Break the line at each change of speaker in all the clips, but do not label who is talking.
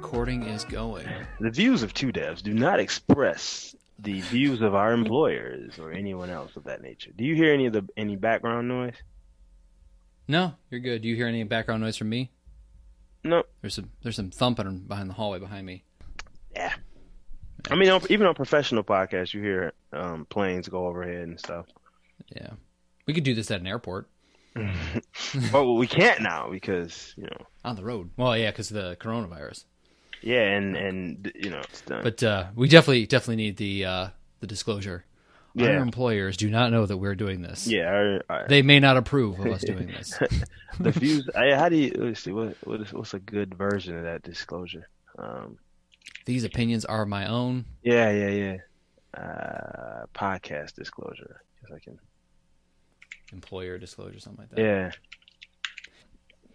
recording is going.
The views of two devs do not express the views of our employers or anyone else of that nature. Do you hear any of the any background noise?
No, you're good. Do you hear any background noise from me?
No.
There's some there's some thumping behind the hallway behind me.
Yeah. I mean, on, even on professional podcasts, you hear um, planes go overhead and stuff.
Yeah. We could do this at an airport.
well, we can't now because you know
on the road. Well, yeah, because the coronavirus.
Yeah, and and you know,
But uh, we definitely definitely need the uh, the disclosure. Our
Yeah.
employers do not know that we're doing this.
yeah, I, I,
They may not approve of us doing this.
the views. I, how do you let's see what what is what's a good version of that disclosure? Um,
These opinions are my own.
yeah, yeah, yeah. Uh, podcast disclosure. If I can.
Employer disclosure, something like that.
Yeah.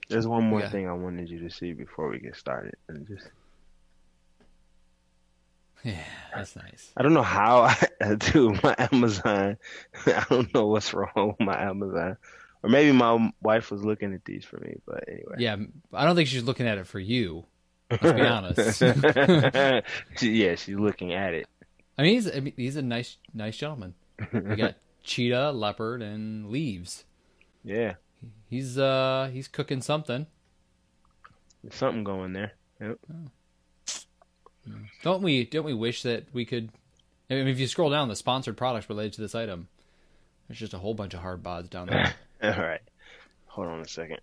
There's one more
Yeah.
thing I wanted you to see before we get started, and just
Yeah, that's nice.
I don't know how I do my Amazon. I don't know what's wrong with my Amazon, or maybe my wife was looking at these for me. But anyway,
Yeah, I don't think she's looking at it for you. Let's be honest.
She- yeah, she's looking at it.
I mean, he's I mean, he's a nice nice gentleman. We got cheetah, leopard, and leaves.
Yeah,
He's uh he's cooking something.
there's something going there. Yep.
Don't we? Don't we wish that we could? I mean, if you scroll down, the sponsored products related to this item. There's just a whole bunch of hard bods down there.
All right, hold on a second.